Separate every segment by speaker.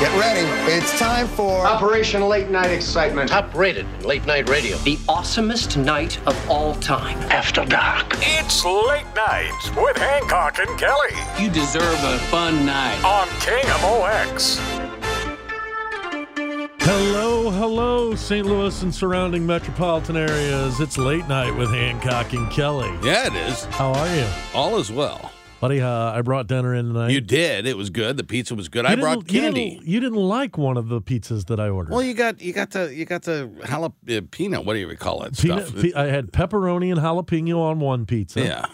Speaker 1: Get ready. It's time for
Speaker 2: Operation Late Night Excitement.
Speaker 3: Top rated in late night radio. The awesomest night of all time. After dark.
Speaker 4: It's late nights with Hancock and Kelly
Speaker 5: You deserve a fun night.
Speaker 4: on King of OX.
Speaker 6: Hello, hello, St. Louis and surrounding metropolitan areas. It's late night with Hancock and Kelly.
Speaker 7: Yeah, it is.
Speaker 6: How are you,
Speaker 7: All is well.
Speaker 6: buddy? Uh, I brought dinner in tonight.
Speaker 7: You did. It was good. The pizza was good. I
Speaker 6: You
Speaker 7: brought
Speaker 6: didn't- you
Speaker 7: candy.
Speaker 6: didn't- You didn't like one of the pizzas that I ordered.
Speaker 7: well, you got you got the you got the jalapeno. What do you call it?
Speaker 6: Peanut-
Speaker 7: stuff.
Speaker 6: pe- uh, I had pepperoni and jalapeno on one pizza,
Speaker 7: yeah.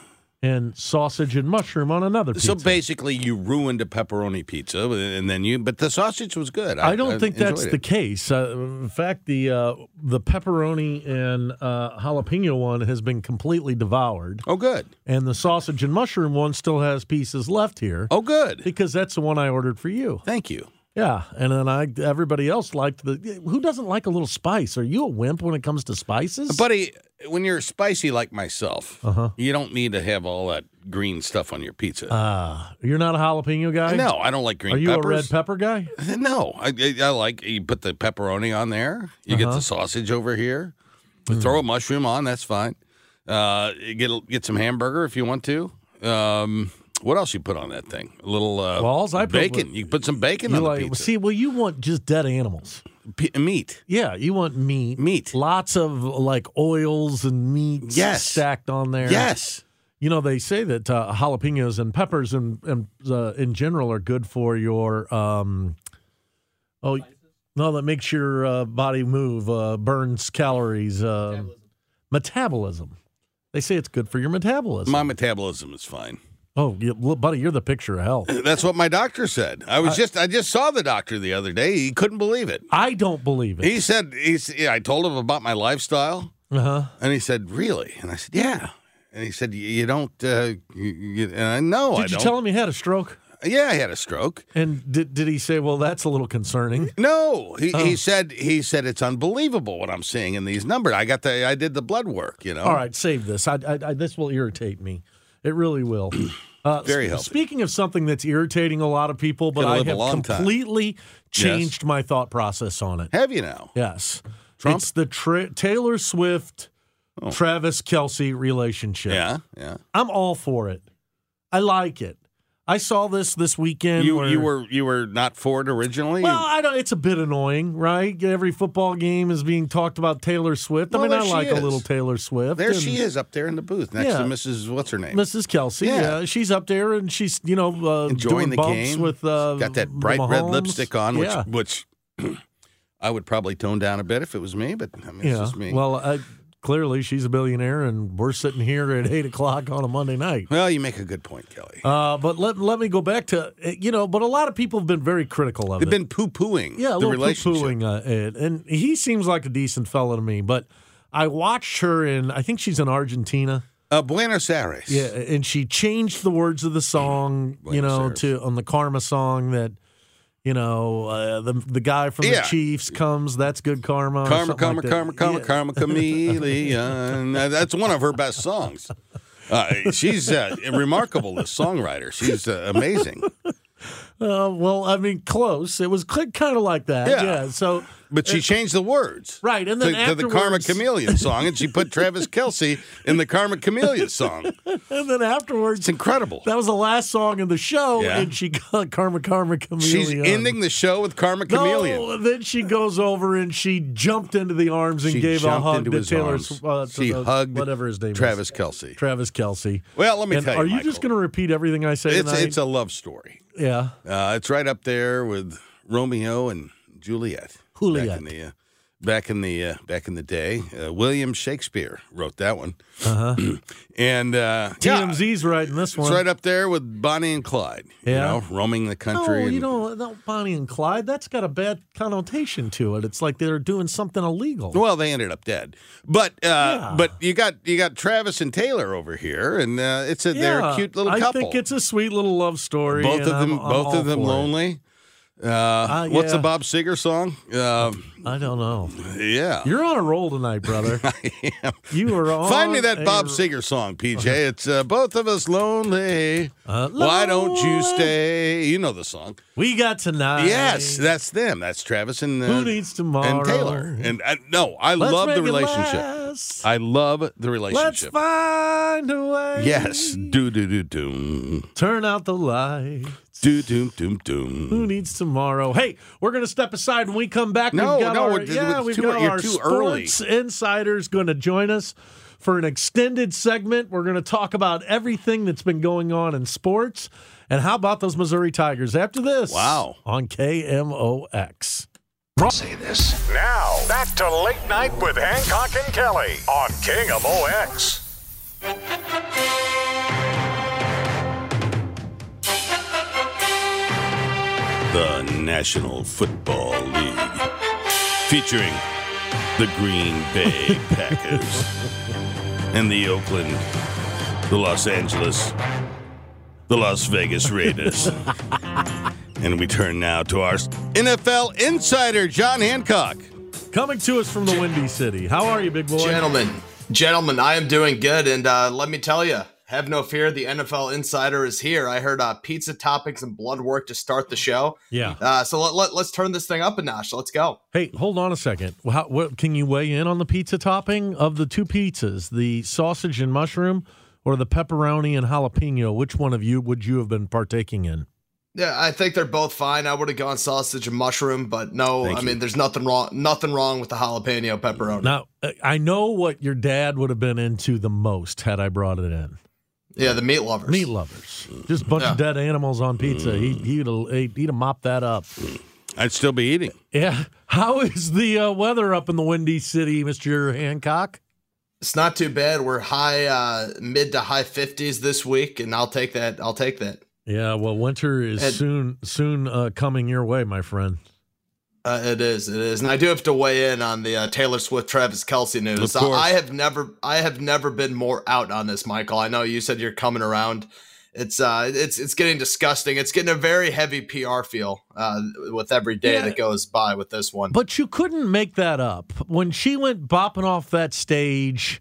Speaker 6: and sausage and mushroom on another pizza.
Speaker 7: So basically, you ruined a pepperoni pizza, and then you. But the sausage was good. I,
Speaker 6: I don't think that's
Speaker 7: enjoyed
Speaker 6: the
Speaker 7: it.
Speaker 6: case. Uh, in fact, the uh, the pepperoni and uh, jalapeno one has been completely devoured,
Speaker 7: Oh, good.
Speaker 6: and the sausage and mushroom one still has pieces left here.
Speaker 7: Oh, good.
Speaker 6: because that's the one I ordered for you.
Speaker 7: Thank you.
Speaker 6: Yeah, and then I everybody else liked the. Who doesn't like a little spice? Are you a wimp when it comes to spices?
Speaker 7: Buddy, when you're spicy like myself,
Speaker 6: Uh-huh.
Speaker 7: you don't need to have all that green stuff on your pizza.
Speaker 6: you're not a jalapeno guy.
Speaker 7: no, I don't like green
Speaker 6: Uh, Are you a red
Speaker 7: peppers.
Speaker 6: pepper guy?
Speaker 7: No, I, I, I like you put the pepperoni on there. You get
Speaker 6: Uh-huh.
Speaker 7: the sausage over here.
Speaker 6: Hmm.
Speaker 7: Throw a mushroom on. That's fine. Uh, you get get some hamburger if you want to. Um, what else you put on that thing? A little uh,
Speaker 6: Walls? I put-
Speaker 7: bacon. you put some bacon
Speaker 6: You
Speaker 7: on
Speaker 6: like
Speaker 7: the pizza.
Speaker 6: see? Well, you want just dead animals.
Speaker 7: P- meat.
Speaker 6: Yeah, you want meat.
Speaker 7: Meat.
Speaker 6: Lots of like oils and meats
Speaker 7: Yes.
Speaker 6: stacked on there.
Speaker 7: Yes.
Speaker 6: You know they say that uh, jalapenos and peppers and and uh, in general are good for your um oh no that makes your uh, body move uh, burns calories uh, metabolism. They say it's good for your metabolism.
Speaker 7: My metabolism is fine.
Speaker 6: oh, you, well, buddy, you're the picture of health.
Speaker 7: That's what my doctor said. I was just I just saw the doctor the other day. He couldn't believe it.
Speaker 6: I don't believe it.
Speaker 7: He said he's. Yeah, I told him about my lifestyle.
Speaker 6: Uh-huh.
Speaker 7: And he said, "Really?" And I said, "Yeah." And he said, "You- "You don't." Uh, you, you, and I know Oh, I
Speaker 6: Did you
Speaker 7: don't.
Speaker 6: tell him he had a stroke?
Speaker 7: Yeah, I had a stroke.
Speaker 6: And did did he say, "Well, that's a little concerning"?
Speaker 7: No, he,
Speaker 6: Oh.
Speaker 7: he said he said it's unbelievable what I'm seeing in these numbers. I got the I did the blood work. You know.
Speaker 6: All right, save this. I, I, I this will irritate me. It really will. Uh,
Speaker 7: Very
Speaker 6: sp-
Speaker 7: healthy.
Speaker 6: Speaking of something that's irritating a lot of people, but
Speaker 7: Gonna
Speaker 6: I
Speaker 7: live a
Speaker 6: have
Speaker 7: long time.
Speaker 6: completely changed my thought process on it.
Speaker 7: Have you now?
Speaker 6: Yes,
Speaker 7: Trump? Oh.
Speaker 6: it's the tra- Taylor Swift, Travis Kelsey relationship.
Speaker 7: Yeah, yeah.
Speaker 6: I'm all for it. I like it. I saw this this weekend.
Speaker 7: You
Speaker 6: where-
Speaker 7: you were you were not for it originally.
Speaker 6: Well, I don't. It's a bit annoying, right? Every football game is being talked about Taylor Swift.
Speaker 7: Well,
Speaker 6: I mean,
Speaker 7: there
Speaker 6: I
Speaker 7: she
Speaker 6: like a
Speaker 7: is.
Speaker 6: little Taylor Swift.
Speaker 7: there
Speaker 6: and-
Speaker 7: she is up there in the booth next to
Speaker 6: Yeah.
Speaker 7: Mrs. What's her name?
Speaker 6: Mrs. Kelsey.
Speaker 7: Yeah.
Speaker 6: Yeah. she's up there and she's you know uh,
Speaker 7: Enjoying
Speaker 6: doing
Speaker 7: the
Speaker 6: bumps
Speaker 7: game.
Speaker 6: with uh,
Speaker 7: got that bright red
Speaker 6: Mahomes.
Speaker 7: lipstick on, which
Speaker 6: yeah.
Speaker 7: which I would probably tone down a bit if it was me. But I mean,
Speaker 6: yeah.
Speaker 7: it's just me.
Speaker 6: Well, I, clearly she's a billionaire, and we're sitting here at eight o'clock on a Monday night.
Speaker 7: well, you make a good point, Kelly.
Speaker 6: Uh, but let let me go back to uh, you know, but a lot of people have been very critical of
Speaker 7: They've
Speaker 6: it.
Speaker 7: been poo pooing
Speaker 6: yeah, a
Speaker 7: the
Speaker 6: little
Speaker 7: relationship.
Speaker 6: poo-pooing uh, it, and he seems like a decent fellow to me, but. I watched her in, I think she's in Argentina.
Speaker 7: Uh, Buenos Aires.
Speaker 6: Yeah, and she changed the words of the song, you
Speaker 7: Buenos
Speaker 6: know,
Speaker 7: Aires.
Speaker 6: to on the Karma song that, you know, uh, the the guy from
Speaker 7: Yeah.
Speaker 6: the Chiefs comes. That's good karma. or
Speaker 7: Karma,
Speaker 6: something
Speaker 7: karma,
Speaker 6: like that.
Speaker 7: karma, karma,
Speaker 6: Yeah.
Speaker 7: karma, chameleon. Uh, That's one of her best songs. Uh, she's uh, remarkable, this songwriter. She's uh, amazing.
Speaker 6: Uh, well, I mean, close. It was kind of like that.
Speaker 7: Yeah.
Speaker 6: Yeah. So
Speaker 7: But she changed the words.
Speaker 6: Right, and
Speaker 7: to,
Speaker 6: then
Speaker 7: to the Karma
Speaker 6: afterwards-
Speaker 7: Chameleon song, and she put Travis Kelsey in the Karma Chameleon song.
Speaker 6: and then afterwards,
Speaker 7: It's incredible.
Speaker 6: that was the last song in the show,
Speaker 7: Yeah.
Speaker 6: and she got karma, karma, chameleon.
Speaker 7: She's ending the show with Karma Chameleon.
Speaker 6: um, No, then she goes over and she jumped into the arms and
Speaker 7: She
Speaker 6: gave a
Speaker 7: jumped
Speaker 6: hug
Speaker 7: into
Speaker 6: to
Speaker 7: his
Speaker 6: Taylor.
Speaker 7: arms.
Speaker 6: Sw- Uh, to
Speaker 7: she
Speaker 6: the-
Speaker 7: hugged
Speaker 6: whatever his name is.
Speaker 7: Travis Kelsey.
Speaker 6: Travis Kelsey.
Speaker 7: Well, let me
Speaker 6: And
Speaker 7: tell you,
Speaker 6: Are you just going
Speaker 7: Michael.
Speaker 6: to repeat everything I say
Speaker 7: It's,
Speaker 6: tonight?
Speaker 7: it's a love story.
Speaker 6: yeah.
Speaker 7: Uh, it's right up there with Romeo and Juliet. Back
Speaker 6: Juliet.
Speaker 7: in the uh, back in the uh, back in the day, uh, William Shakespeare wrote that one.
Speaker 6: Uh-huh.
Speaker 7: and uh, yeah,
Speaker 6: TMZ's right in this
Speaker 7: it's
Speaker 6: one.
Speaker 7: right up there with Bonnie and Clyde.
Speaker 6: Yeah.
Speaker 7: You know, roaming the
Speaker 6: no,
Speaker 7: country. and-
Speaker 6: you don't. No, Bonnie and Clyde. That's got a bad connotation to it. It's like they're doing something illegal.
Speaker 7: Well, they ended up dead, but uh,
Speaker 6: Yeah.
Speaker 7: but you got you got Travis and Taylor over here, and uh, it's a they're a
Speaker 6: Yeah,
Speaker 7: cute little
Speaker 6: I
Speaker 7: couple.
Speaker 6: think it's a sweet little love story.
Speaker 7: both
Speaker 6: and
Speaker 7: of them
Speaker 6: I'm- I'm
Speaker 7: both
Speaker 6: all
Speaker 7: of them
Speaker 6: for it.
Speaker 7: lonely Uh, What's the
Speaker 6: yeah.
Speaker 7: Bob Seger song? Uh,
Speaker 6: I don't know.
Speaker 7: yeah.
Speaker 6: You're on a roll tonight, brother. You are on.
Speaker 7: Find me that
Speaker 6: a
Speaker 7: Bob
Speaker 6: r-
Speaker 7: Seger song, PJ. It's uh, both of us lonely.
Speaker 6: Uh,
Speaker 7: Why don't you
Speaker 6: Lord,
Speaker 7: stay? You know the song.
Speaker 6: We got tonight.
Speaker 7: Yes, that's them. That's Travis and uh,
Speaker 6: Who needs tomorrow?
Speaker 7: and Taylor. And uh, no, I
Speaker 6: Let's
Speaker 7: love the
Speaker 6: make it
Speaker 7: relationship.
Speaker 6: last.
Speaker 7: I love the
Speaker 6: Let's
Speaker 7: relationship.
Speaker 6: find a way.
Speaker 7: Yes. Do do do do
Speaker 6: Turn out the light.
Speaker 7: do do do
Speaker 6: Who
Speaker 7: do.
Speaker 6: needs tomorrow? Hey, we're going to step aside when we come back.
Speaker 7: No,
Speaker 6: we've got
Speaker 7: no,
Speaker 6: our,
Speaker 7: we're-
Speaker 6: yeah,
Speaker 7: we're
Speaker 6: we've
Speaker 7: too-
Speaker 6: got
Speaker 7: you're
Speaker 6: our
Speaker 7: too early.
Speaker 6: sports insiders going to join us for an extended segment. We're going to talk about everything that's been going on in sports, and how about those Missouri Tigers? After this,
Speaker 7: Wow.
Speaker 6: on KMOX.
Speaker 3: Say this.
Speaker 4: Now, back to Late Night with Hancock and Kelly on King of OX.
Speaker 7: The National Football League, featuring the Green Bay Packers and the Oakland, the Los Angeles, the Las Vegas Raiders. and we turn now to our NFL insider, John Hancock.
Speaker 6: Coming to us from the Windy City. How are you, big boy?
Speaker 8: Gentlemen, gentlemen, I am doing good, and uh, let me tell you, have no fear. The NFL Insider is here. I heard uh, pizza topics and blood work to start the show.
Speaker 6: Yeah.
Speaker 8: Uh, so let, let, let's turn this thing up a notch. Let's go.
Speaker 6: Hey, hold on a second. How, what, can you weigh in on the pizza topping of the two pizzas, the sausage and mushroom, or the pepperoni and jalapeno? Which one of you would you have been partaking in?
Speaker 8: Yeah, I think they're both fine. I would have gone sausage and mushroom, but no,
Speaker 7: Thank
Speaker 8: I
Speaker 7: you.
Speaker 8: mean, there's nothing wrong, nothing wrong with the jalapeno pepperoni.
Speaker 6: Now, uh, I know what your dad would have been into the most had I brought it in.
Speaker 8: Yeah, the meat lovers.
Speaker 6: Meat lovers, just a bunch of dead animals on pizza. He, he'd have, he'd have mopped that up.
Speaker 7: I'd still be eating.
Speaker 6: Yeah. How is the uh, weather up in the Windy City, Mister Hancock?
Speaker 8: It's not too bad. We're high, uh, mid to high fifties this week, and I'll take that. I'll take that.
Speaker 6: Yeah. Well, winter is
Speaker 8: Ed-
Speaker 6: soon soon uh, coming your way, my friend.
Speaker 8: Uh, it is, it is, and I do have to weigh in on the uh, Taylor Swift, Travis Kelsey
Speaker 7: Of
Speaker 8: news.
Speaker 7: course.
Speaker 8: I, I have never, I have never been more out on this, Michael. I know you said you're coming around. It's, uh, it's, it's getting disgusting. It's getting a very heavy PR feel uh, with every day
Speaker 6: Yeah.
Speaker 8: that goes by with this one.
Speaker 6: But you couldn't make that up. When she went bopping off that stage,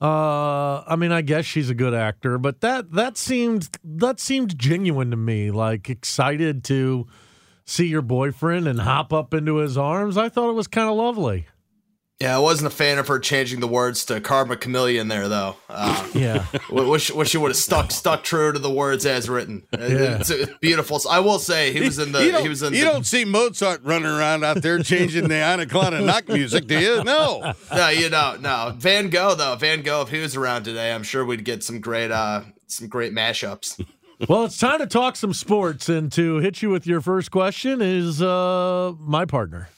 Speaker 6: uh, I mean, I guess she's a good actor, but that that seemed that seemed genuine to me. Like excited to see your boyfriend and hop up into his arms. I thought it was kind of lovely.
Speaker 8: yeah, I wasn't a fan of her changing the words to Karma Chameleon there, though. Uh,
Speaker 6: Yeah,
Speaker 8: w- wish, wish she would have stuck, stuck true to the words as written. It-
Speaker 6: Yeah.
Speaker 8: It's, it's beautiful. So I will say he was in the,
Speaker 7: you don't,
Speaker 8: he was in
Speaker 7: you
Speaker 8: the
Speaker 7: don't see Mozart running around out there changing the Anaconda knock music, do you? No.
Speaker 8: no, you don't. No, Van Gogh though. Van Gogh, if he was around today, I'm sure we'd get some great, uh, some great mashups.
Speaker 6: Well, it's time to talk some sports, and to hit you with your first question is uh, my partner.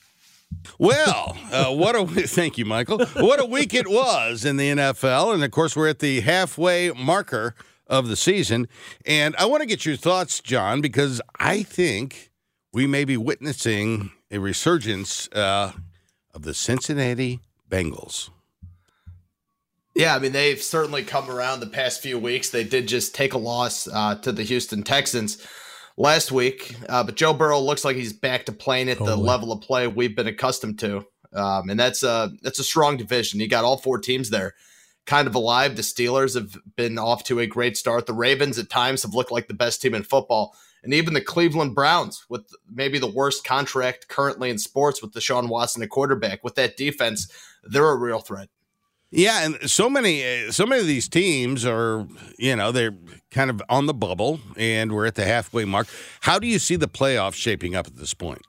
Speaker 7: Well, uh, what a thank you, Michael. What a week it was in the NFL, and of course we're at the halfway marker of the season. And I want to get your thoughts, John, because I think we may be witnessing a resurgence uh, of the Cincinnati Bengals.
Speaker 8: Yeah, I mean they've certainly come around the past few weeks. They did just take a loss uh, to the Houston Texans last week, uh, but Joe Burrow looks like he's back to playing at the
Speaker 6: Totally.
Speaker 8: level of play we've been accustomed to, um, and that's a that's a strong division. You got all four teams there. Kind of alive. The Steelers have been off to a great start. The Ravens at times have looked like the best team in football. And even the Cleveland Browns, with maybe the worst contract currently in sports with Deshaun Watson, a quarterback, with that defense, they're a real threat.
Speaker 7: Yeah, and so many, uh, so many of these teams are, you know, they're kind of on the bubble, and we're at the halfway mark. How do you see the playoffs shaping up at this point?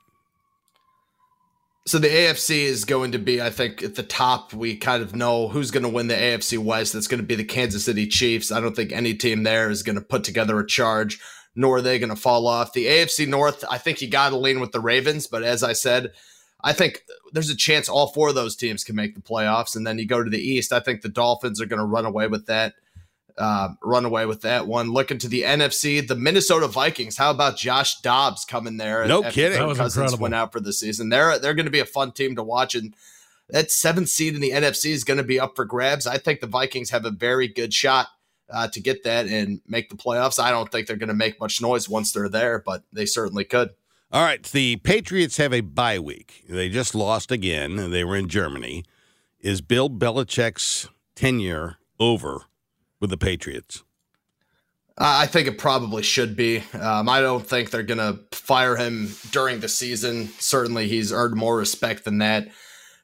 Speaker 8: So the AFC is going to be, I think, at the top. We kind of know who's going to win the AFC West. That's going to be the Kansas City Chiefs. I don't think any team there is going to put together a charge, nor are they going to fall off. The AFC North, I think you got to lean with the Ravens. But as I said, I think there's a chance all four of those teams can make the playoffs. And then you go to the East. I think the Dolphins are going to run away with that. Uh, run away with that one. Looking to the NFC, the Minnesota Vikings. How about Josh Dobbs coming there?
Speaker 7: No
Speaker 8: after
Speaker 7: kidding.
Speaker 8: Kirk
Speaker 6: That was
Speaker 8: Cousins
Speaker 6: incredible.
Speaker 8: went out for the season. They're they're going to be a fun team to watch, and that seventh seed in the NFC is going to be up for grabs. I think the Vikings have a very good shot uh, to get that and make the playoffs. I don't think they're going to make much noise once they're there, but they certainly could.
Speaker 7: All right, the Patriots have a bye week. They just lost again. and They were in Germany. Is Bill Belichick's tenure over with the Patriots?
Speaker 8: I I think it probably should be. Um, I don't think they're going to fire him during the season. Certainly, he's earned more respect than that.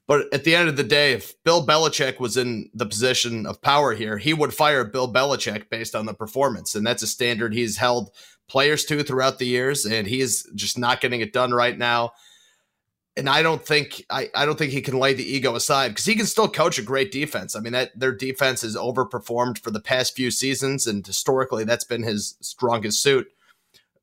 Speaker 8: But at the end of the day, if Bill Belichick was in the position of power here, he would fire Bill Belichick based on the performance. And that's a standard he's held players to throughout the years. And he's just not getting it done right now. And I don't think I, I don't think he can lay the ego aside because he can still coach a great defense. I mean that their defense has overperformed for the past few seasons, and historically that's been his strongest suit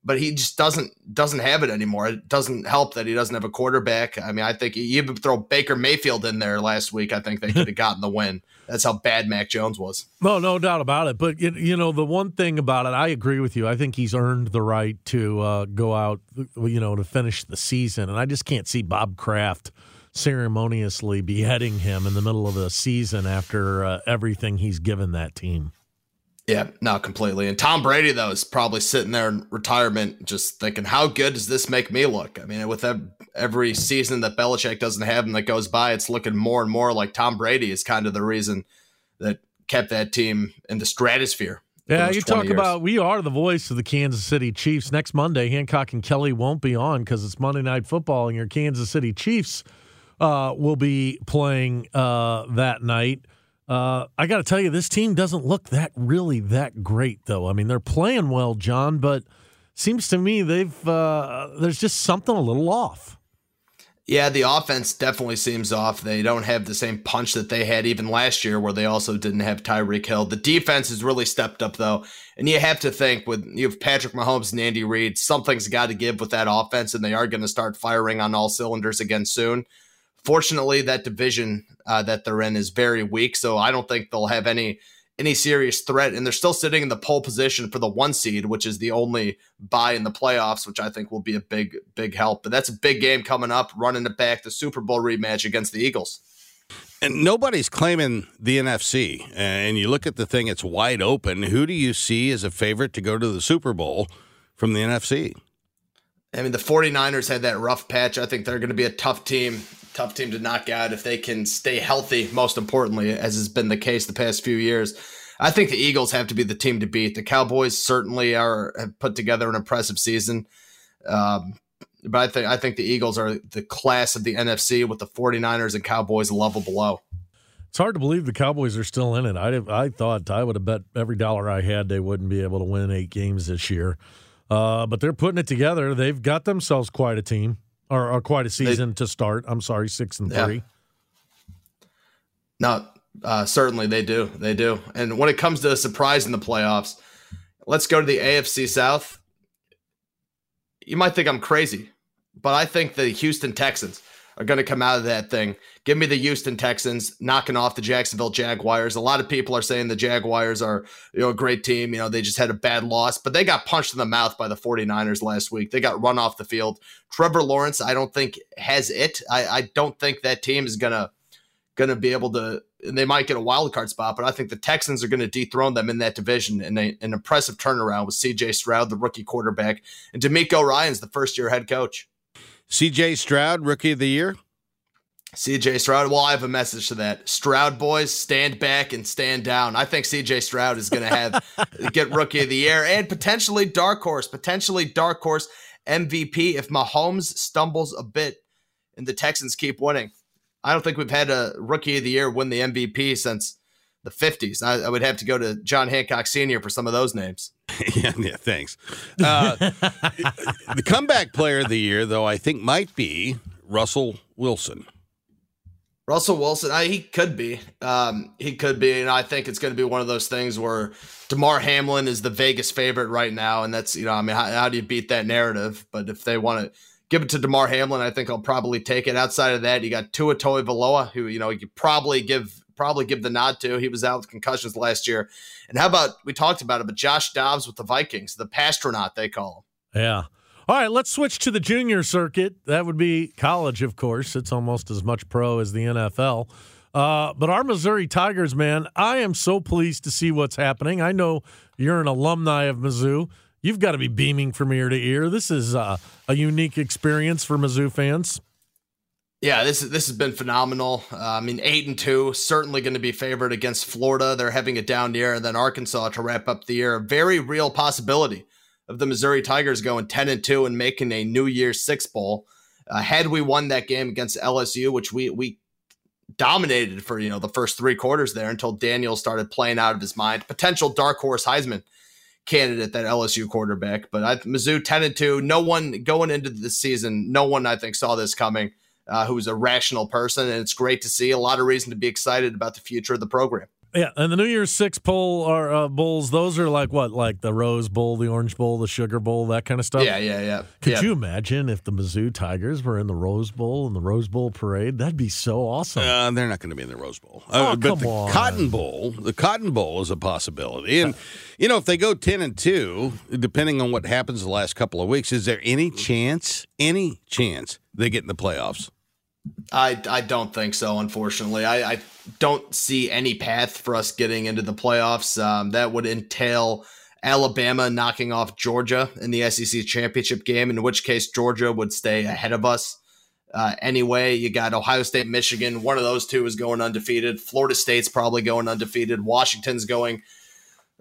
Speaker 8: but he just doesn't doesn't have it anymore. It doesn't help that he doesn't have a quarterback. I mean, I think you even throw Baker Mayfield in there last week. I think they could have gotten the win. That's how bad Mac Jones was.
Speaker 6: No, no doubt about it. But you, you know, the one thing about it, I agree with you. I think he's earned the right to uh, go out, you know, to finish the season, and I just can't see Bob Kraft ceremoniously beheading him in the middle of the season after uh, everything he's given that team.
Speaker 8: Yeah, not completely. And Tom Brady though is probably sitting there in retirement, just thinking, "How good does this make me look?" I mean, with ev- every season that Belichick doesn't have and that goes by, it's looking more and more like Tom Brady is kind of the reason that kept that team in the stratosphere. for
Speaker 6: Yeah,
Speaker 8: those
Speaker 6: you
Speaker 8: 20
Speaker 6: talk
Speaker 8: years.
Speaker 6: about we are the voice of the Kansas City Chiefs. Next Monday, Hancock and Kelly won't be on because it's Monday Night Football, and your Kansas City Chiefs uh, will be playing uh, that night. Uh, I got to tell you, this team doesn't look that really that great, though. I mean, they're playing well, John, but seems to me they've uh, there's just something a little off.
Speaker 8: Yeah, the offense definitely seems off. They don't have the same punch that they had even last year, where they also didn't have Tyreek Hill. The defense has really stepped up, though. And you have to think with you have Patrick Mahomes and Andy Reid, something's got to give with that offense, and they are going to start firing on all cylinders again soon. Fortunately, that division uh, that they're in is very weak, so I don't think they'll have any any serious threat. And they're still sitting in the pole position for the one seed, which is the only buy in the playoffs, which I think will be a big big help. But that's a big game coming up, running it back, the Super Bowl rematch against the Eagles.
Speaker 7: And nobody's claiming the NFC. And you look at the thing, it's wide open. Who do you see as a favorite to go to the Super Bowl from the NFC?
Speaker 8: I mean, the 49ers had that rough patch. I think they're going to be a tough team, tough team to knock out if they can stay healthy, most importantly, as has been the case the past few years. I think the Eagles have to be the team to beat. The Cowboys certainly are have put together an impressive season. Um, but I think I think the Eagles are the class of the NFC with the 49ers and Cowboys a level below.
Speaker 6: It's hard to believe the Cowboys are still in it. I I thought I would have bet every dollar I had they wouldn't be able to win eight games this year, uh, but they're putting it together. They've got themselves quite a team or, or quite a season to start. I'm sorry, six and
Speaker 8: Yeah.
Speaker 6: three.
Speaker 8: No, uh, certainly they do. They do. And when it comes to a surprise in the playoffs, let's go to the AFC South. You might think I'm crazy, but I think the Houston Texans are going to come out of that thing. Give me the Houston Texans knocking off the Jacksonville Jaguars. A lot of people are saying the Jaguars are, you know, a great team, you know, they just had a bad loss, but they got punched in the mouth by the 49ers last week. They got run off the field. Trevor Lawrence, I don't think has it. I, I don't think that team is going to going to be able to. And they might get a wild card spot, but I think the Texans are going to dethrone them in that division in a, an impressive turnaround with C.J. Stroud, the rookie quarterback, and D'Amico Ryan's the first year head coach.
Speaker 7: CJ Stroud, rookie of the year.
Speaker 8: C.J. Stroud. Well, I have a message to that. Stroud boys, stand back and stand down. I think C.J. Stroud is going to have get rookie of the year and potentially dark horse, potentially dark horse MVP if Mahomes stumbles a bit and the Texans keep winning. I don't think we've had a rookie of the year win the MVP since the 50s. I, I would have to go to John Hancock Sr. for some of those names.
Speaker 7: yeah, yeah, thanks. Uh, the comeback player of the year, though, I think might be Russell Wilson.
Speaker 8: Russell Wilson, I, he could be. Um, he could be, and I think it's going to be one of those things where Damar Hamlin is the Vegas favorite right now, and that's you know, I mean, how, how do you beat that narrative? But if they want to give it to Damar Hamlin, I think I'll probably take it. Outside of that, you got Tua Tagovailoa, who you know you could probably give probably give the nod to. He was out with concussions last year, and how about we talked about it, but Josh Dobbs with the Vikings, the pastronaut they call him.
Speaker 6: Yeah. All right, let's switch to the junior circuit. That would be college, of course. It's almost as much pro as the NFL. Uh, but our Missouri Tigers, man, I am so pleased to see what's happening. I know you're an alumni of Mizzou. You've got to be beaming from ear to ear. This is uh, a unique experience for Mizzou fans.
Speaker 8: Yeah, this is this has been phenomenal. Uh, I mean, eight and two certainly going to be favored against Florida. They're having a down year, and then Arkansas to wrap up the year. A very real possibility of the Missouri Tigers going ten and two and making a New Year's Six bowl. Uh, had we won that game against LSU, which we we dominated for you know the first three quarters there until Daniel started playing out of his mind, potential dark horse Heisman candidate that LSU quarterback. But I, Mizzou ten and two. No one going into the season, no one I think saw this coming uh, who's a rational person. And it's great to see a lot of reason to be excited about the future of the program.
Speaker 6: Yeah, and the New Year's Six Bowl are uh, bowls. Those are like what, like the Rose Bowl, the Orange Bowl, the Sugar Bowl, that kind of stuff.
Speaker 8: Yeah, yeah, yeah.
Speaker 6: Could
Speaker 8: yeah.
Speaker 6: you imagine if the Mizzou Tigers were in the Rose Bowl and the Rose Bowl parade? That'd be so awesome.
Speaker 7: Uh, they're not going to be in the Rose Bowl.
Speaker 6: Oh,
Speaker 7: Uh, but
Speaker 6: come
Speaker 7: the
Speaker 6: on.
Speaker 7: Cotton Bowl, the Cotton Bowl is a possibility. And you know, if they go 10 and 2, depending on what happens the last couple of weeks, is there any chance, any chance they get in the playoffs?
Speaker 8: I, I don't think so, unfortunately. I, I don't see any path for us getting into the playoffs. Um, that would entail Alabama knocking off Georgia in the SEC championship game, in which case Georgia would stay ahead of us. Uh, anyway, you got Ohio State, Michigan. One of those two is going undefeated. Florida State's probably going undefeated. Washington's going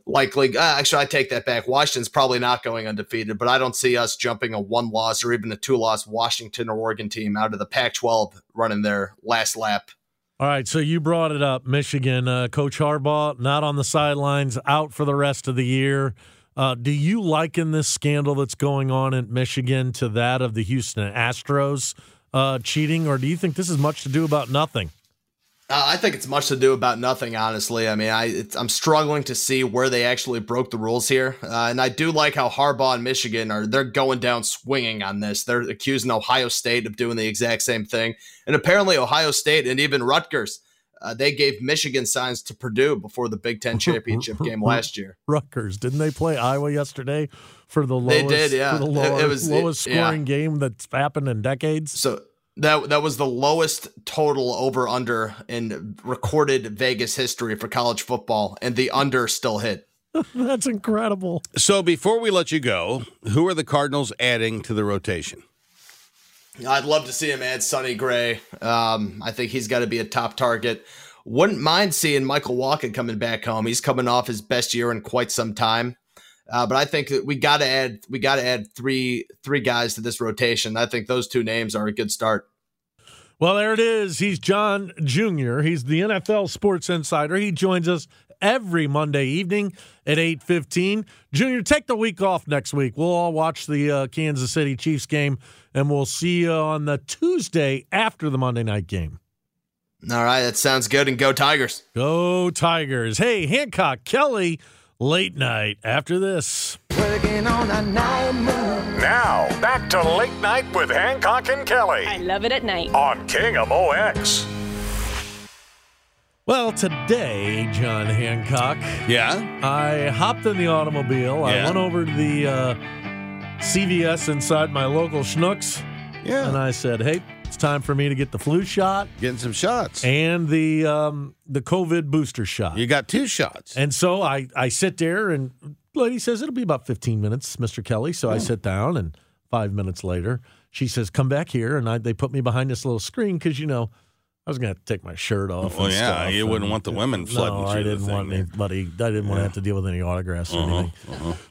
Speaker 8: likely. Uh, actually, I take that back. Washington's probably not going undefeated, but I don't see us jumping a one loss or even a two loss Washington or Oregon team out of the Pac 12 running their last lap.
Speaker 6: All right, so you brought it up, Michigan. Uh, Coach Harbaugh not on the sidelines, out for the rest of the year. Uh, do you liken this scandal that's going on in Michigan to that of the Houston Astros uh, cheating, or do you think this is much to do about nothing?
Speaker 8: Uh, I think it's much to do about nothing, honestly. I mean, I it's, I'm struggling to see where they actually broke the rules here, uh, and I do like how Harbaugh and Michigan are they're going down swinging on this. They're accusing Ohio State of doing the exact same thing, and apparently Ohio State and even Rutgers uh, they gave Michigan signs to Purdue before the Big Ten championship game last year.
Speaker 6: Rutgers didn't they play Iowa yesterday for the
Speaker 8: They
Speaker 6: lowest?
Speaker 8: did, yeah.
Speaker 6: for the
Speaker 8: It-
Speaker 6: lower,
Speaker 8: it was-
Speaker 6: lowest
Speaker 8: yeah.
Speaker 6: scoring game that's happened in decades.
Speaker 8: So that that was the lowest total over under in recorded Vegas history for college football, and the under still hit.
Speaker 6: That's incredible.
Speaker 7: So before we let you go, who are the Cardinals adding to the rotation?
Speaker 8: I'd love to see him add Sonny Gray. Um, I think he's got to be a top target. Wouldn't mind seeing Michael Walken coming back home. He's coming off his best year in quite some time. Uh, but I think that we got to add we got to add three three guys to this rotation. I think those two names are a good start.
Speaker 6: Well, there it is. He's John Jr. He's the NFL Sports Insider. He joins us every Monday evening at 8:15. Junior, take the week off next week. We'll all watch the uh, Kansas City Chiefs game and we'll see you on the Tuesday after the Monday night game.
Speaker 8: All right, that sounds good. And go Tigers.
Speaker 6: Go Tigers. Hey, Hancock Kelly late night after this.
Speaker 1: Working on a night move.
Speaker 4: Now, back to Late Night with Hancock and Kelly
Speaker 9: I love it at night.
Speaker 4: on King of OX.
Speaker 6: Well, today, John Hancock,
Speaker 7: Yeah.
Speaker 6: I hopped in the automobile. I
Speaker 7: Yeah.
Speaker 6: went over to the uh, CVS inside my local Schnucks, and
Speaker 7: Yeah.
Speaker 6: I said, "Hey, it's time for me to get the flu shot
Speaker 7: Getting some shots.
Speaker 6: and the um, the COVID booster shot."
Speaker 7: You got two shots.
Speaker 6: And so I I sit there, and lady says it'll be about fifteen minutes, Mister Kelly. So I sit down, and five minutes later, she says, "Come back here," and I, they put me behind this little screen because you know. I was gonna have to take my shirt off.
Speaker 7: Well,
Speaker 6: and
Speaker 7: yeah,
Speaker 6: stuff,
Speaker 7: you wouldn't
Speaker 6: and-
Speaker 7: want the women flooding
Speaker 6: No,
Speaker 7: through
Speaker 6: I
Speaker 7: the
Speaker 6: didn't
Speaker 7: thing Uh-huh,
Speaker 6: want
Speaker 7: there.
Speaker 6: anybody. I didn't want to have to deal with any autographs or anything.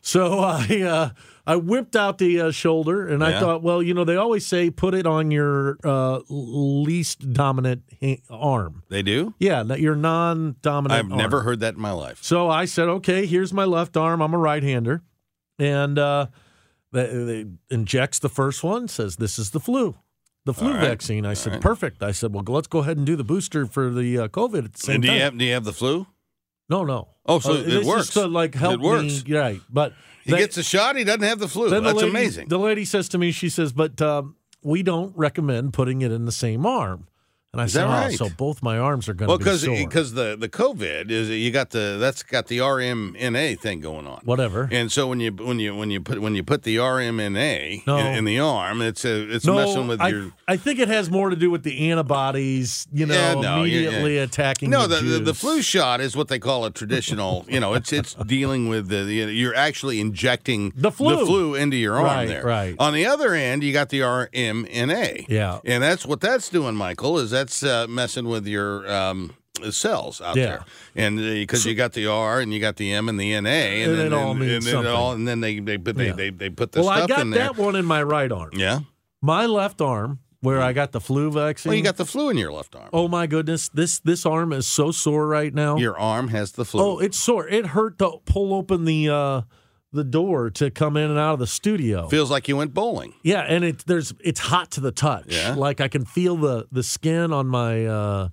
Speaker 6: So I uh, I whipped out the uh, shoulder and I
Speaker 7: Yeah.
Speaker 6: thought, well, you know, they always say put it on your uh, least dominant ha- arm.
Speaker 7: They do?
Speaker 6: Yeah, that your non-dominant.
Speaker 7: I've
Speaker 6: arm.
Speaker 7: never heard that in my life.
Speaker 6: So I said, okay, here's my left arm. I'm a right hander, and uh, they, they injects the first one. Says this is the flu. The flu
Speaker 7: right.
Speaker 6: vaccine. I said, perfect. I said, well, let's go ahead and do the booster for the uh, COVID at the same
Speaker 7: And do
Speaker 6: time.
Speaker 7: you have do you have the flu?
Speaker 6: No, no. Uh,
Speaker 7: Oh, so it
Speaker 6: this is
Speaker 7: works.
Speaker 6: to, like
Speaker 7: It
Speaker 6: help
Speaker 7: works.
Speaker 6: me, right? But
Speaker 7: He gets a shot, he doesn't have the flu.
Speaker 6: then
Speaker 7: That's
Speaker 6: the lady,
Speaker 7: amazing.
Speaker 6: The lady says to me, she says, "But um, we don't recommend putting it in the same arm." And I
Speaker 7: Is
Speaker 6: said,
Speaker 7: that
Speaker 6: "Oh,
Speaker 7: right?
Speaker 6: so both my arms are going to
Speaker 7: Well,
Speaker 6: be
Speaker 7: because
Speaker 6: sore."
Speaker 7: because the the COVID is you got the that's got the RMNA thing going on.
Speaker 6: Whatever.
Speaker 7: And so when you when you when you put when you put the RMNA
Speaker 6: No.
Speaker 7: in, in the arm, it's a, it's messing with
Speaker 6: I,
Speaker 7: your
Speaker 6: I think it has more to do with the antibodies, you know,
Speaker 7: Yeah, no, yeah, yeah.
Speaker 6: immediately attacking.
Speaker 7: No,
Speaker 6: the,
Speaker 7: the, the, the
Speaker 6: juice.
Speaker 7: flu shot is what they call a traditional. you know, it's it's dealing with the, the you're actually injecting
Speaker 6: The flu.
Speaker 7: into your arm
Speaker 6: Right,
Speaker 7: there.
Speaker 6: right.
Speaker 7: On the other end, you got the RMNA.
Speaker 6: Yeah.
Speaker 7: Oh. and that's what that's doing, Michael. Is that's uh, messing with your um, cells out
Speaker 6: Yeah.
Speaker 7: there, and because you got the R and you got the M and the NA, and,
Speaker 6: And it
Speaker 7: then,
Speaker 6: all
Speaker 7: and,
Speaker 6: means
Speaker 7: and then
Speaker 6: something.
Speaker 7: all- and then they they but they,
Speaker 6: Yeah.
Speaker 7: they, they put the
Speaker 6: Well, I
Speaker 7: stuff
Speaker 6: got
Speaker 7: in there.
Speaker 6: that one in my right arm.
Speaker 7: Yeah. Mm-hmm.
Speaker 6: My left arm, where I got the flu vaccine.
Speaker 7: Well, you got the flu in your left arm.
Speaker 6: oh my goodness, this this arm is so sore right now.
Speaker 7: Your arm has the flu.
Speaker 6: oh, it's sore. It hurt to pull open the uh, the door to come in and out of the studio.
Speaker 7: feels like you went bowling.
Speaker 6: Yeah, and it there's it's hot to the touch.
Speaker 7: Yeah.
Speaker 6: Like I can feel the the skin on my uh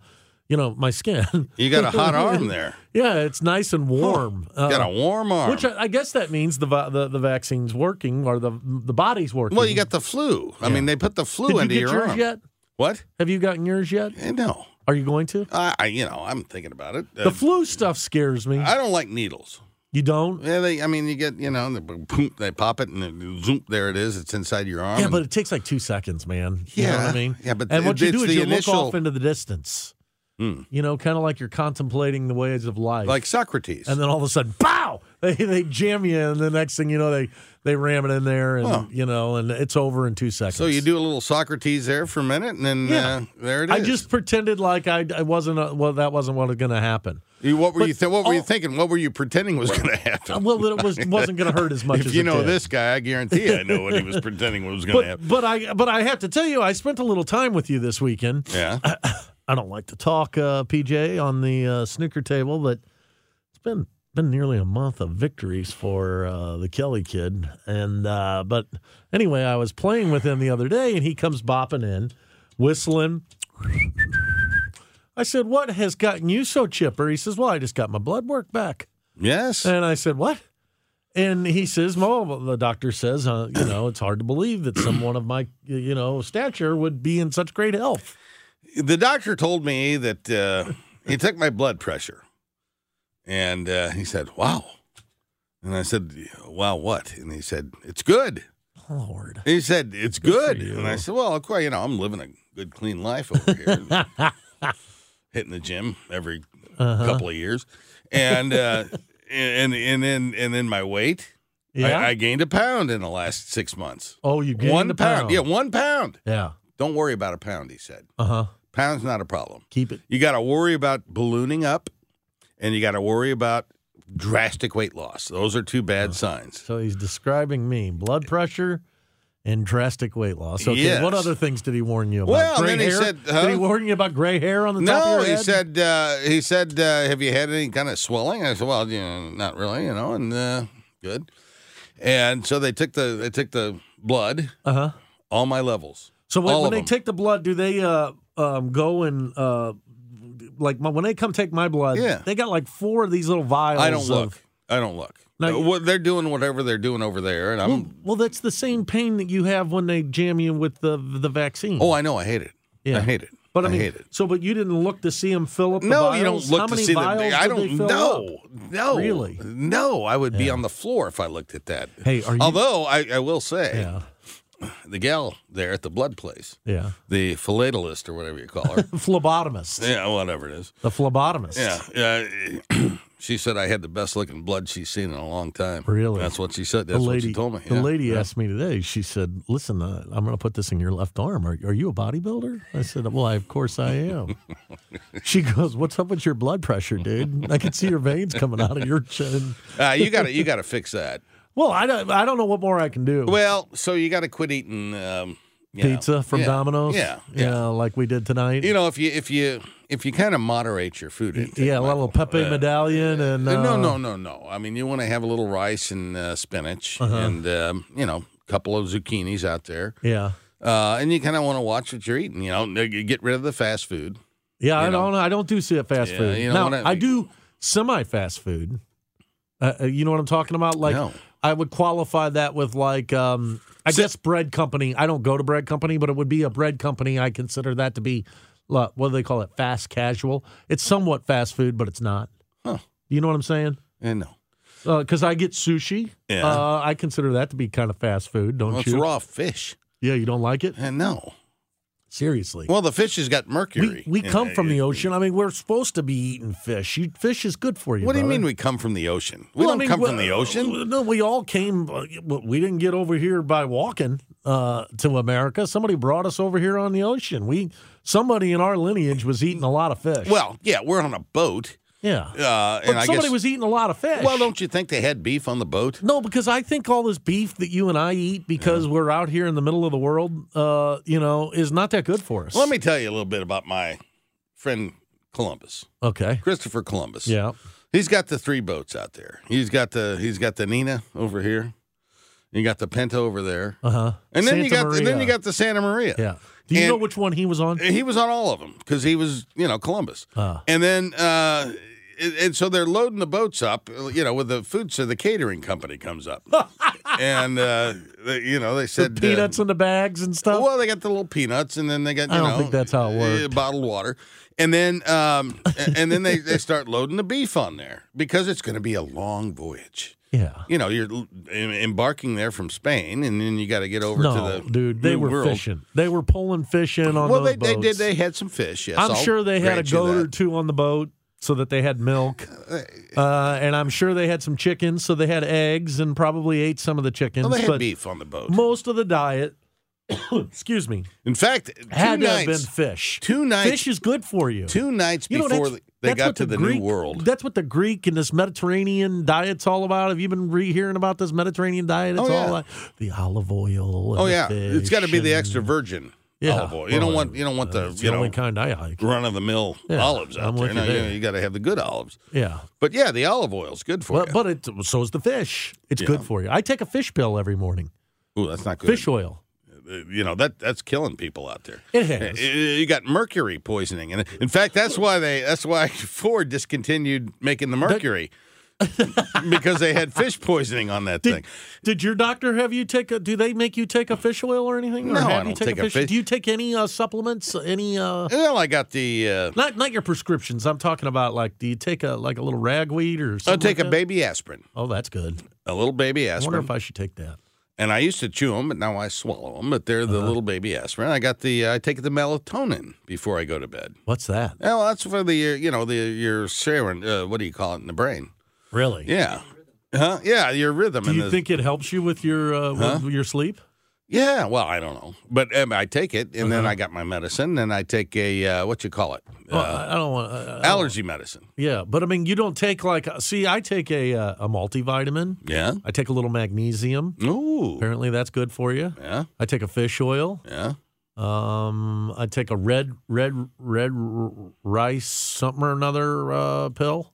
Speaker 6: you know, my skin.
Speaker 7: You got a hot arm there.
Speaker 6: yeah, it's nice and warm. Uh,
Speaker 7: got a warm arm.
Speaker 6: which I, I guess that means the, vi- the the vaccine's working or the the body's working.
Speaker 7: Well, you got the flu. I mean, they put the flu
Speaker 6: Did you
Speaker 7: into
Speaker 6: get
Speaker 7: your
Speaker 6: yours
Speaker 7: arm.
Speaker 6: yet?
Speaker 7: What?
Speaker 6: Have you gotten yours yet?
Speaker 7: Eh, No,
Speaker 6: Are you going to?
Speaker 7: I, I you know I'm thinking about it. Uh,
Speaker 6: The flu stuff scares me.
Speaker 7: I don't like needles.
Speaker 6: you don't?
Speaker 7: Yeah, they. I mean, you get you know, they, boom, they pop it and then zoom, there it is. It's inside your arm.
Speaker 6: Yeah,
Speaker 7: and-
Speaker 6: but it takes like two seconds, man. You know what
Speaker 7: Yeah.
Speaker 6: I mean?
Speaker 7: Yeah, but
Speaker 6: and what you
Speaker 7: it's
Speaker 6: do is
Speaker 7: the
Speaker 6: you look
Speaker 7: initial-
Speaker 6: off into the distance.
Speaker 7: Hmm.
Speaker 6: You know, kind of like you're contemplating the ways of life.
Speaker 7: like Socrates.
Speaker 6: and then all of a sudden, bow! They, they jam you, and the next thing you know, they they ram it in there, and
Speaker 7: Well.
Speaker 6: you know, and it's over in two seconds.
Speaker 7: so you do a little Socrates there for a minute, and then
Speaker 6: Yeah.
Speaker 7: uh, there it is.
Speaker 6: I just pretended like I, I wasn't. uh well, that wasn't what was going to happen.
Speaker 7: You, what were you?
Speaker 6: but
Speaker 7: Th- what were you
Speaker 6: all-
Speaker 7: thinking? What were you pretending was going to happen?
Speaker 6: Uh, Well, that it was wasn't going to hurt as much.
Speaker 7: if
Speaker 6: as
Speaker 7: you
Speaker 6: it
Speaker 7: know
Speaker 6: did.
Speaker 7: this guy, I guarantee I know what he was pretending was going to
Speaker 6: But,
Speaker 7: happen.
Speaker 6: but I but I have to tell you, I spent a little time with you this weekend.
Speaker 7: Yeah.
Speaker 6: I don't like to talk uh, PJ on the uh, snooker table, but it's been been nearly a month of victories for uh, the Kelly kid. And uh, but anyway, I was playing with him the other day, and he comes bopping in, whistling. I said, "What has gotten you so chipper?" He says, "Well, I just got my blood work back."
Speaker 7: yes.
Speaker 6: And I said, "What?" And he says, "Well, the doctor says, uh, you know, it's hard to believe that someone of my, you know, stature would be in such great health."
Speaker 7: the doctor told me that uh, he took my blood pressure and uh, he said, Wow. And I said, Wow, what? And he said, It's good.
Speaker 6: Lord.
Speaker 7: And he said, It's good. and I said, Well, of course, you know, I'm living a good, clean life over here,
Speaker 6: Uh-huh.
Speaker 7: hitting the gym every couple of years. And, uh, and, and then, and then my weight,
Speaker 6: Yeah.
Speaker 7: I, I gained a pound in the last six months.
Speaker 6: oh, you gained
Speaker 7: one
Speaker 6: a pound.
Speaker 7: Yeah, one pound.
Speaker 6: Yeah.
Speaker 7: Don't worry about a pound, he said.
Speaker 6: Uh huh.
Speaker 7: Pound's not a problem.
Speaker 6: Keep it.
Speaker 7: You got to worry about ballooning up, and you got to worry about drastic weight loss. Those are two
Speaker 6: Uh-huh.
Speaker 7: bad signs.
Speaker 6: So he's describing me blood pressure and drastic weight loss. Okay.
Speaker 7: Yes.
Speaker 6: What other things did he warn you about?
Speaker 7: Well,
Speaker 6: gray
Speaker 7: then he
Speaker 6: hair?
Speaker 7: said, huh?
Speaker 6: Did he warn you about gray hair on the top of
Speaker 7: No,
Speaker 6: your
Speaker 7: he
Speaker 6: head?
Speaker 7: said. Uh, he said, uh, "Have you had any kind of swelling?" I said, "Well, you know, not really, you know." And uh, good. And so they took the they took the blood,
Speaker 6: Uh huh.
Speaker 7: all my levels.
Speaker 6: So when,
Speaker 7: all
Speaker 6: when
Speaker 7: of
Speaker 6: they
Speaker 7: them.
Speaker 6: take the blood, do they uh um go and uh like my, when they come take my blood?
Speaker 7: Yeah.
Speaker 6: They got like four of these little vials.
Speaker 7: I don't
Speaker 6: of-
Speaker 7: look. I don't look.
Speaker 6: No,
Speaker 7: Uh, what they're doing whatever they're doing over there, and I'm.
Speaker 6: Well, well, that's the same pain that you have when they jam you with the the vaccine.
Speaker 7: oh, I know. I hate it.
Speaker 6: Yeah.
Speaker 7: I hate it.
Speaker 6: But I,
Speaker 7: I
Speaker 6: mean,
Speaker 7: hate it.
Speaker 6: so but you didn't look to see him fill up. the
Speaker 7: No, you don't
Speaker 6: vials? How
Speaker 7: look to
Speaker 6: many
Speaker 7: see the.
Speaker 6: vials
Speaker 7: I
Speaker 6: did they
Speaker 7: don't
Speaker 6: fill up?
Speaker 7: know. No,
Speaker 6: Really?
Speaker 7: No, I would be on the floor if I looked at that.
Speaker 6: Hey, are you-
Speaker 7: Although I, I will say,
Speaker 6: Yeah,
Speaker 7: the gal there at the blood place,
Speaker 6: yeah.
Speaker 7: the philatelist or whatever you call her,
Speaker 6: Phlebotomist.
Speaker 7: yeah, whatever it is,
Speaker 6: The phlebotomist.
Speaker 7: yeah, yeah. she said I had the best looking blood she's seen in a long time.
Speaker 6: Really?
Speaker 7: That's what she said.
Speaker 6: The
Speaker 7: That's what
Speaker 6: lady
Speaker 7: she told me.
Speaker 6: The
Speaker 7: yeah.
Speaker 6: lady asked me today. She said, "Listen, uh, I'm going to put this in your left arm. Are, are you a bodybuilder?" I said, "Well, I, of course I am." she goes, "What's up with your blood pressure, dude? I can see your veins coming out of your chin."
Speaker 7: Uh, you got to you got to fix that.
Speaker 6: Well, I don't. I don't know what more I can do.
Speaker 7: Well, so you got to quit eating um, you know,
Speaker 6: Pizza from
Speaker 7: yeah,
Speaker 6: Domino's.
Speaker 7: Yeah,
Speaker 6: yeah, like we did tonight.
Speaker 7: You know, if you if you if you kind of moderate your food intake,
Speaker 6: yeah, a little
Speaker 7: Michael,
Speaker 6: Pepe
Speaker 7: uh,
Speaker 6: medallion and uh,
Speaker 7: no, no, no, no. I mean, you want to have a little rice and uh, spinach,
Speaker 6: Uh-huh.
Speaker 7: and um, you know, a couple of zucchinis out there,
Speaker 6: Yeah,
Speaker 7: uh, and you kind of want to watch what you're eating. You know, n- get rid of the fast food.
Speaker 6: yeah. I
Speaker 7: You know.
Speaker 6: don't. I don't do si- fast
Speaker 7: Yeah,
Speaker 6: food.
Speaker 7: you know
Speaker 6: now
Speaker 7: what I-
Speaker 6: I, do semi fast food. Uh, uh, you know what I'm talking about? Like
Speaker 7: No.
Speaker 6: I would qualify that with like um, I guess bread company. I don't go to bread company, but it would be a bread company. I consider that to be lo- what do they call it? Fast casual. It's somewhat fast food, but it's not.
Speaker 7: Huh.
Speaker 6: You know what I'm saying?
Speaker 7: And Eh, no,
Speaker 6: Because I get sushi.
Speaker 7: Yeah.
Speaker 6: Uh, I consider that to be kind of fast food, don't
Speaker 7: well, it's
Speaker 6: you?
Speaker 7: raw fish.
Speaker 6: Yeah, you don't like it?
Speaker 7: And no,
Speaker 6: Seriously.
Speaker 7: well, the fish has got mercury.
Speaker 6: we, we
Speaker 7: in
Speaker 6: come
Speaker 7: it.
Speaker 6: from the ocean. I mean, we're supposed to be eating fish. You, fish is good for you.
Speaker 7: What do you
Speaker 6: brother.
Speaker 7: mean we come from the ocean? We
Speaker 6: Well, I
Speaker 7: don't
Speaker 6: mean,
Speaker 7: come
Speaker 6: we-
Speaker 7: from the ocean.
Speaker 6: No, we all came. uh, We didn't get over here by walking uh, to America. Somebody brought us over here on the ocean. We somebody in our lineage was eating a lot of fish.
Speaker 7: Well, yeah, we're on a boat.
Speaker 6: yeah,
Speaker 7: Uh, and
Speaker 6: but
Speaker 7: I
Speaker 6: somebody
Speaker 7: guess,
Speaker 6: was eating a lot of fish.
Speaker 7: Well, don't you think they had beef on the boat?
Speaker 6: No, because I think all this beef that you and I eat because we're out here in the middle of the world, uh, you know, is not that good for us.
Speaker 7: Let me tell you a little bit about my friend Columbus,
Speaker 6: Okay.
Speaker 7: Christopher Columbus.
Speaker 6: Yeah.
Speaker 7: He's got the three boats out there. He's got the he's got the Nina over here. You got the Pinto over there,
Speaker 6: Uh huh.
Speaker 7: and then you got the, then you got the Santa Maria.
Speaker 6: Yeah. Do you know
Speaker 7: And-
Speaker 6: which one he was on?
Speaker 7: He was on all of them because he was, you know, Columbus.
Speaker 6: Ah.
Speaker 7: And then, uh, and, and so they're loading the boats up, you know, with the food. So the catering company comes up, and uh, they, you know they
Speaker 6: The
Speaker 7: said uh,
Speaker 6: peanuts in the bags and stuff.
Speaker 7: Well, they got the little peanuts, and then they got you
Speaker 6: I don't
Speaker 7: know,
Speaker 6: think that's how it
Speaker 7: uh,
Speaker 6: worked.
Speaker 7: bottled water, and then um, a- and then they, they start loading the beef on there because it's going to be a long voyage.
Speaker 6: Yeah.
Speaker 7: You know, you're l- em- embarking there from Spain, and then you got to get over
Speaker 6: No,
Speaker 7: to the
Speaker 6: dude, they
Speaker 7: New
Speaker 6: were
Speaker 7: World.
Speaker 6: fishing. They were pulling fish in on
Speaker 7: Well,
Speaker 6: those
Speaker 7: they, they did.
Speaker 6: boats.
Speaker 7: They had some fish. Yes,
Speaker 6: I'm
Speaker 7: I'll
Speaker 6: sure they had a
Speaker 7: grant you
Speaker 6: goat or
Speaker 7: that.
Speaker 6: two on the boat so that they had milk. Uh, and I'm sure they had some chickens, so they had eggs and probably ate some of the chickens.
Speaker 7: Well, they had
Speaker 6: but
Speaker 7: beef on the boat.
Speaker 6: most of the diet, excuse me,
Speaker 7: In fact, two
Speaker 6: had to have been
Speaker 7: nights,
Speaker 6: fish.
Speaker 7: two nights,
Speaker 6: Fish is good for you.
Speaker 7: two nights
Speaker 6: You know,
Speaker 7: before
Speaker 6: that's-
Speaker 7: they
Speaker 6: that's
Speaker 7: got
Speaker 6: what
Speaker 7: to the,
Speaker 6: Greek,
Speaker 7: New World.
Speaker 6: That's what the Greek and this Mediterranean diet's all about. Have you been re hearing about this Mediterranean diet? It's
Speaker 7: Oh,
Speaker 6: all
Speaker 7: yeah.
Speaker 6: like the olive oil. and
Speaker 7: oh
Speaker 6: the
Speaker 7: yeah, it's
Speaker 6: fish
Speaker 7: got to be the
Speaker 6: and-
Speaker 7: extra virgin
Speaker 6: Yeah,
Speaker 7: olive oil. You
Speaker 6: well, uh,
Speaker 7: don't want you don't want the
Speaker 6: It's the
Speaker 7: you know
Speaker 6: only kind I like.
Speaker 7: run of the mill
Speaker 6: Yeah,
Speaker 7: olives out
Speaker 6: I'm
Speaker 7: there.
Speaker 6: with you
Speaker 7: Now, you,
Speaker 6: there.
Speaker 7: got to have the good olives.
Speaker 6: Yeah.
Speaker 7: But yeah, the olive oil's good for
Speaker 6: But,
Speaker 7: you.
Speaker 6: but it so is the fish. It's good for you. I take a fish pill every morning.
Speaker 7: Ooh, that's not good.
Speaker 6: Fish oil.
Speaker 7: Uh, You know that that's killing people out there.
Speaker 6: It has.
Speaker 7: Uh, You got mercury poisoning, and in fact, that's why they that's why Ford discontinued making the mercury because they had fish poisoning on that thing.
Speaker 6: Did, did your doctor have you take a? Do they make you take a fish oil or anything?
Speaker 7: No,
Speaker 6: or have
Speaker 7: I
Speaker 6: you
Speaker 7: don't
Speaker 6: take,
Speaker 7: take a
Speaker 6: fish?
Speaker 7: fish-
Speaker 6: Do you take any uh, supplements? Any uh,
Speaker 7: Well, I got the. Uh,
Speaker 6: not not your prescriptions. I'm talking about like, do you take a like a little ragweed or? something
Speaker 7: I'll take a
Speaker 6: like that?
Speaker 7: baby aspirin,
Speaker 6: Oh, that's good.
Speaker 7: a little baby
Speaker 6: I wonder
Speaker 7: aspirin,
Speaker 6: if I should take that.
Speaker 7: and I used to chew them, but now I swallow them. But they're
Speaker 6: Uh-huh.
Speaker 7: the little baby aspirin. I got the. Uh, I take the melatonin before I go to bed.
Speaker 6: What's that?
Speaker 7: Yeah, well, that's for the uh, you know the your serum. Uh, what do you call it in the brain?
Speaker 6: Really?
Speaker 7: Yeah, huh? Yeah, your rhythm.
Speaker 6: Do
Speaker 7: and
Speaker 6: you
Speaker 7: the-
Speaker 6: think it helps you with your uh, with your sleep?
Speaker 7: Yeah. Well, I don't know, but um, I take it, and
Speaker 6: Uh-huh.
Speaker 7: then I got my medicine, and I take a uh, what you call it,
Speaker 6: Well,
Speaker 7: uh,
Speaker 6: I- I don't want. Uh,
Speaker 7: allergy medicine.
Speaker 6: yeah, but I mean, you don't take like. See, I take a uh, a multivitamin.
Speaker 7: Yeah.
Speaker 6: I take a little magnesium.
Speaker 7: Ooh.
Speaker 6: Apparently, that's good for you.
Speaker 7: Yeah.
Speaker 6: I take a fish oil.
Speaker 7: Yeah.
Speaker 6: Um, I take a red, red, red r- rice something or another uh, pill.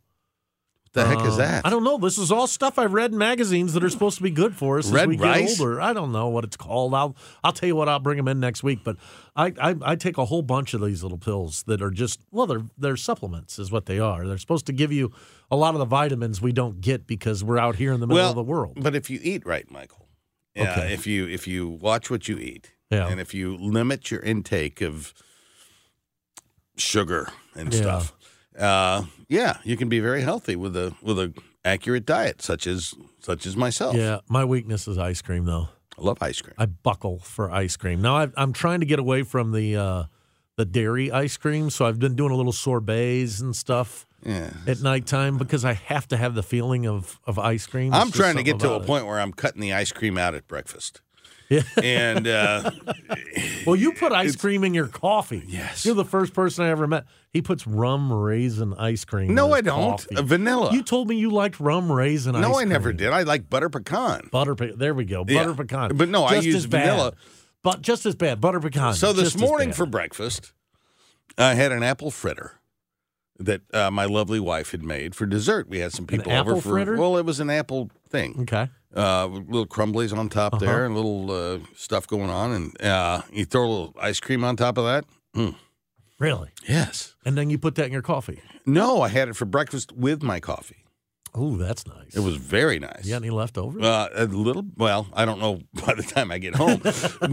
Speaker 7: What the heck is that?
Speaker 6: Uh, Um, I don't know. This is all stuff I've read in magazines that are supposed to be good for us as
Speaker 7: Red
Speaker 6: we
Speaker 7: rice?
Speaker 6: get older. I don't know what it's called. I'll I'll tell you what. I'll bring them in next week. But I, I I take a whole bunch of these little pills that are just well, they're they're supplements is what they are. They're supposed to give you a lot of the vitamins we don't get because we're out here in the middle
Speaker 7: well,
Speaker 6: of the world.
Speaker 7: But if you eat right, Michael. Yeah.
Speaker 6: Okay.
Speaker 7: If you if you watch what you eat,
Speaker 6: Yeah.
Speaker 7: and if you limit your intake of sugar and
Speaker 6: Yeah.
Speaker 7: stuff, uh, yeah, you can be very healthy with a with a accurate diet, such as such as myself.
Speaker 6: Yeah, my weakness is ice cream though.
Speaker 7: I love ice cream.
Speaker 6: I buckle for ice cream. Now I've, I'm trying to get away from the uh, the dairy ice cream, so I've been doing a little sorbets and stuff
Speaker 7: Yeah.
Speaker 6: at nighttime because I have to have the feeling of of ice cream.
Speaker 7: I'm
Speaker 6: It's just
Speaker 7: trying to
Speaker 6: something
Speaker 7: get to a
Speaker 6: about it.
Speaker 7: point where I'm cutting the ice cream out at breakfast. And uh,
Speaker 6: Well, you put ice cream in your coffee.
Speaker 7: Yes.
Speaker 6: you're the first person I ever met. He puts rum raisin ice cream.
Speaker 7: no,
Speaker 6: in his
Speaker 7: I don't.
Speaker 6: coffee.
Speaker 7: Uh, Vanilla.
Speaker 6: You told me you liked rum raisin. ice
Speaker 7: no, I
Speaker 6: cream.
Speaker 7: never did. I like butter pecan.
Speaker 6: Butter pecan. There we go.
Speaker 7: Yeah.
Speaker 6: Butter pecan.
Speaker 7: But no, I
Speaker 6: Just
Speaker 7: use
Speaker 6: as bad.
Speaker 7: vanilla.
Speaker 6: But just as bad. Butter pecan.
Speaker 7: So this
Speaker 6: just as
Speaker 7: morning
Speaker 6: bad.
Speaker 7: for breakfast, I had an apple fritter that uh, my lovely wife had made for dessert. We had some people over
Speaker 6: apple
Speaker 7: for
Speaker 6: fritter?
Speaker 7: well, it was an apple thing.
Speaker 6: okay. Uh-huh.
Speaker 7: Uh, with little crumblies on top there and little uh, stuff going on, and uh, you throw a little ice cream on top of that. Mm.
Speaker 6: Really?
Speaker 7: Yes.
Speaker 6: And then you put that in your coffee.
Speaker 7: No, I had it for breakfast with my coffee.
Speaker 6: Oh, that's nice.
Speaker 7: It was very nice.
Speaker 6: You got any left over?
Speaker 7: Uh, a little. Well, I don't know by the time I get home,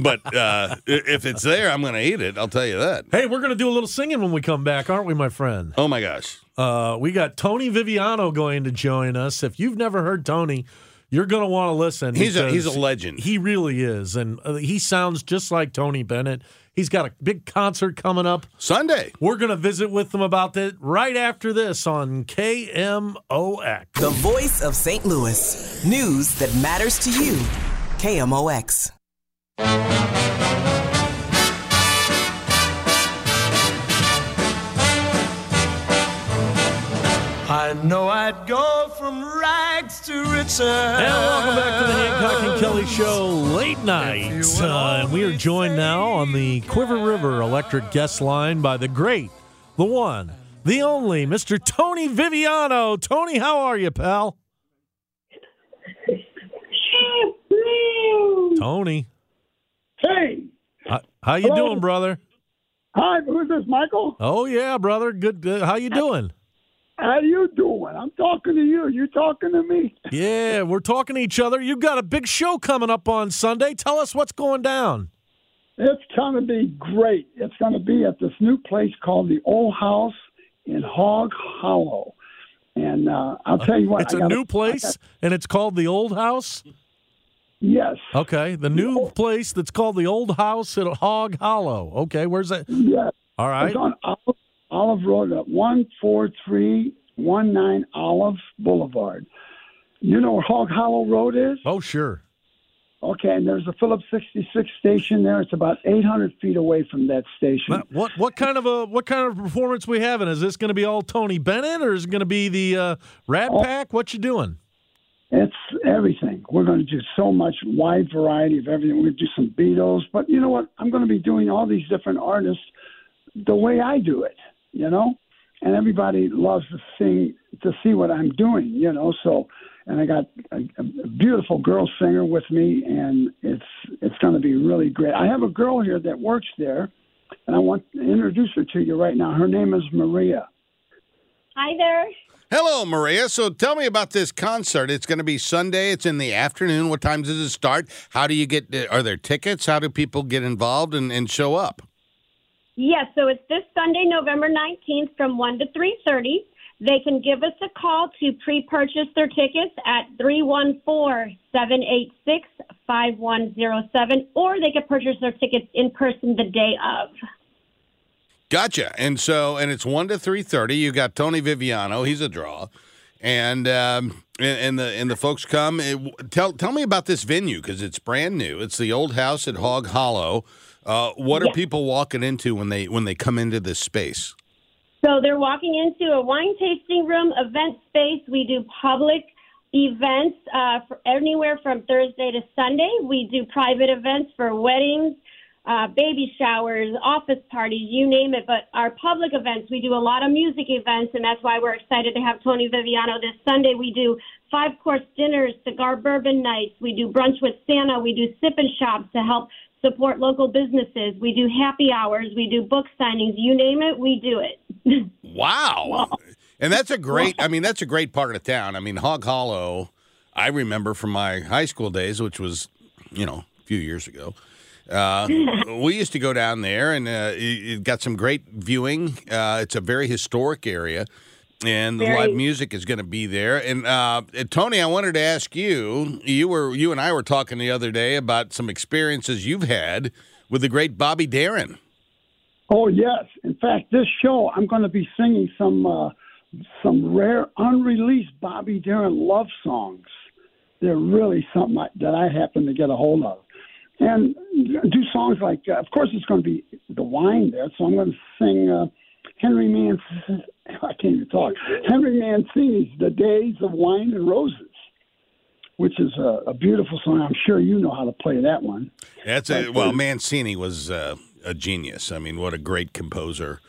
Speaker 7: but uh, i- if it's there, I'm going to eat it. I'll tell you that.
Speaker 6: Hey, we're going to do a little singing when we come back, aren't we, my friend?
Speaker 7: Oh my gosh!
Speaker 6: Uh, we got Tony Viviano going to join us. If you've never heard Tony, you're going to want to listen.
Speaker 7: He's a-
Speaker 6: because
Speaker 7: he's a legend.
Speaker 6: He really is, and uh, he sounds just like Tony Bennett. He's got a big concert coming up.
Speaker 7: Sunday.
Speaker 6: We're going to visit with them about that right after this on KMOX.
Speaker 9: The voice of St. Louis. News that matters to you. KMOX.
Speaker 1: I know I'd go from rags to riches.
Speaker 6: And welcome back to the Hancock and Kelly Show late night. Uh, and we are joined now on the Quiver River Electric guest line by the great, the one, the only, Mr. Tony Viviano. Tony, how are you, pal? Tony,
Speaker 10: Hey,
Speaker 6: how, how you
Speaker 10: Hello.
Speaker 6: doing, brother?
Speaker 10: hi, who's this, Michael?
Speaker 6: Oh yeah, brother. Good. good. How you doing?
Speaker 10: How you doing? I'm talking to you. You talking to me?
Speaker 6: Yeah, we're talking to each other. You've got a big show coming up on Sunday. Tell us what's going down.
Speaker 10: It's going to be great. It's going to be at this new place called the Old House in Hog Hollow. And uh, I'll tell you what.
Speaker 6: It's
Speaker 10: I
Speaker 6: a
Speaker 10: gotta-
Speaker 6: new place, and it's called the Old House.
Speaker 10: Yes.
Speaker 6: Okay, the new place that's called the Old House at Hog Hollow. Okay, where's that?
Speaker 10: Yes.
Speaker 6: All right.
Speaker 10: It's on Olive, Olive Road at 14319 Olive Boulevard. You know where Hog Hollow Road is?
Speaker 6: Oh, sure.
Speaker 10: Okay, and there's a Phillips 66 station there. It's about 800 feet away from that station.
Speaker 6: What- What what kind of a what kind of performance we having? Is this going to be all Tony Bennett or is it going to be the uh, Rat Pack? What you doing?
Speaker 10: It's everything. We're going to do so much wide variety of everything. We're going to do some Beatles, but you know what? I'm going to be doing all these different artists the way I do it, you know? And everybody loves to sing to see what I'm doing, you know. So, and I got a, a beautiful girl singer with me, and it's it's going to be really great. I have a girl here that works there, and I want to introduce her to you right now. Her name is Maria.
Speaker 11: Hi there.
Speaker 7: Hello, Maria. So tell me about this concert. It's going to be Sunday. It's in the afternoon. What time does it start? How do you get? uh, Are there tickets? How do people get involved and, and show up?
Speaker 11: Yes, so it's this Sunday, November 19th from 1 to 3:30. They can give us a call to pre-purchase their tickets at 314-786-5107 or they can purchase their tickets in person the day of.
Speaker 7: Gotcha. And so, and it's one to three thirty. You got Tony Viviano. He's a draw, and um, and, and the and the folks come. It, tell tell me about this venue because it's brand new. It's the old house at Hog Hollow. Uh, what are people walking into when they when they come into this space?
Speaker 11: So they're walking into a wine tasting room, event space. We do public events uh, for anywhere from Thursday to Sunday. We do private events for weddings, uh, baby showers, office parties, you name it. But our public events, we do a lot of music events, and that's why we're excited to have Tony Viviano this Sunday. We do five course dinners, cigar bourbon nights. We do brunch with Santa. We do sip and shops to help support local businesses. We do happy hours. We do book signings. You name it, we do it.
Speaker 7: Wow. And that's a great, I mean, that's a great part of town. I mean, Hog Hollow, I remember from my high school days, which was, you know, a few years ago. Uh, we used to go down there and uh, you, you got some great viewing. Uh, it's a very historic area and the live
Speaker 11: Very.
Speaker 7: music is going to be there. And uh, uh, Tony, I wanted to ask you, you were, you and I were talking the other day about some experiences you've had with the great Bobby Darin.
Speaker 10: Oh yes! In fact, this show I'm going to be singing some uh, some rare, unreleased Bobby Darin love songs. They're really something I, that I happen to get a hold of, and do songs like. Uh, of course, it's going to be the wine there, so I'm going to sing uh, Henry Mancini. I can't even talk. Henry Mancini's "The Days of Wine and Roses," which is a, a beautiful song. I'm sure you know how to play that one.
Speaker 7: That's a, well, Mancini was uh, a genius. I mean, what a great composer.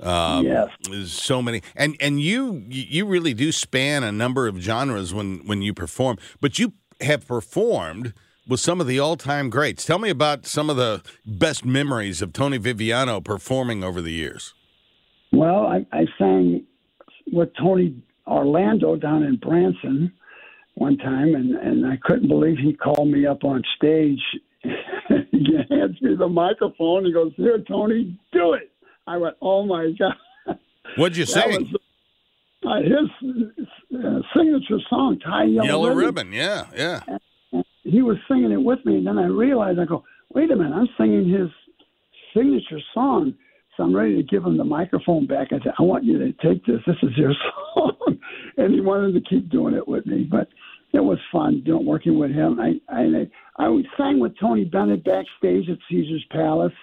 Speaker 7: Um,
Speaker 10: Yes.
Speaker 7: there's so many, and and you you really do span a number of genres when when you perform, but you have performed with some of the all time greats. Tell me about some of the best memories of Tony Viviano performing over the years.
Speaker 10: Well, I, I sang with Tony Orlando down in Branson one time, and and I couldn't believe he called me up on stage. he hands me the microphone. He goes, "Here, Tony, do it." I went, "Oh my god!"
Speaker 7: What'd you
Speaker 10: That
Speaker 7: sing?
Speaker 10: was- Uh, his uh, signature song, "Tie Yellow,
Speaker 7: Yellow
Speaker 10: Ribbon."
Speaker 7: ribbon. Yeah, yeah.
Speaker 10: He was singing it with me, and then I realized, I go, "Wait a minute, I'm singing his signature song." So I'm ready to give him the microphone back. I said, "I want you to take this. This is your song," and he wanted to keep doing it with me, but. It was fun doing working with him. I I I sang with Tony Bennett backstage at Caesar's Palace,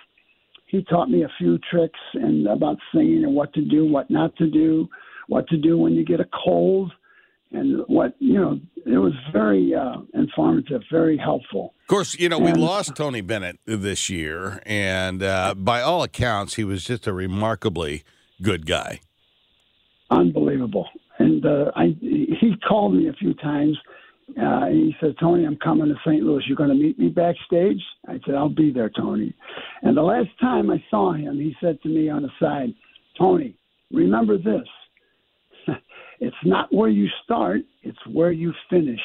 Speaker 10: he taught me a few tricks and about singing and what to do, what not to do, what to do when you get a cold, and what you know. It was very uh, informative, very helpful.
Speaker 7: Of course, you know, we
Speaker 10: And-
Speaker 7: lost Tony Bennett this year, and uh, by all accounts, he was just a remarkably good guy.
Speaker 10: unbelievable. And uh, I, he called me a few times. Uh, and he said, Tony, I'm coming to St. Louis. You're going to meet me backstage? I said, I'll be there, Tony. And the last time I saw him, he said to me on the side, Tony, remember this. it's not where you start, it's where you finish.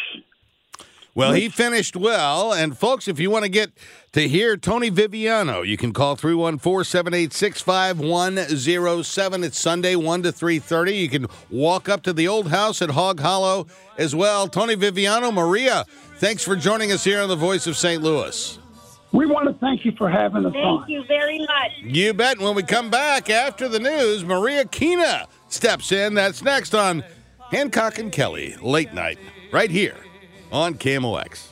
Speaker 7: Well, he finished well. And, folks, if you want to get to hear Tony Viviano, you can call 314 786 5107. It's Sunday, 1 to 3.30. You can walk up to the old house at Hog Hollow as well. Tony Viviano, Maria, thanks for joining us here on The Voice of St. Louis.
Speaker 10: We want to thank you for having us on.
Speaker 11: Thank you very much.
Speaker 7: You bet. When we come back after the news, Maria Kina steps in. That's next on Hancock and Kelly Late Night, right here on KMOX.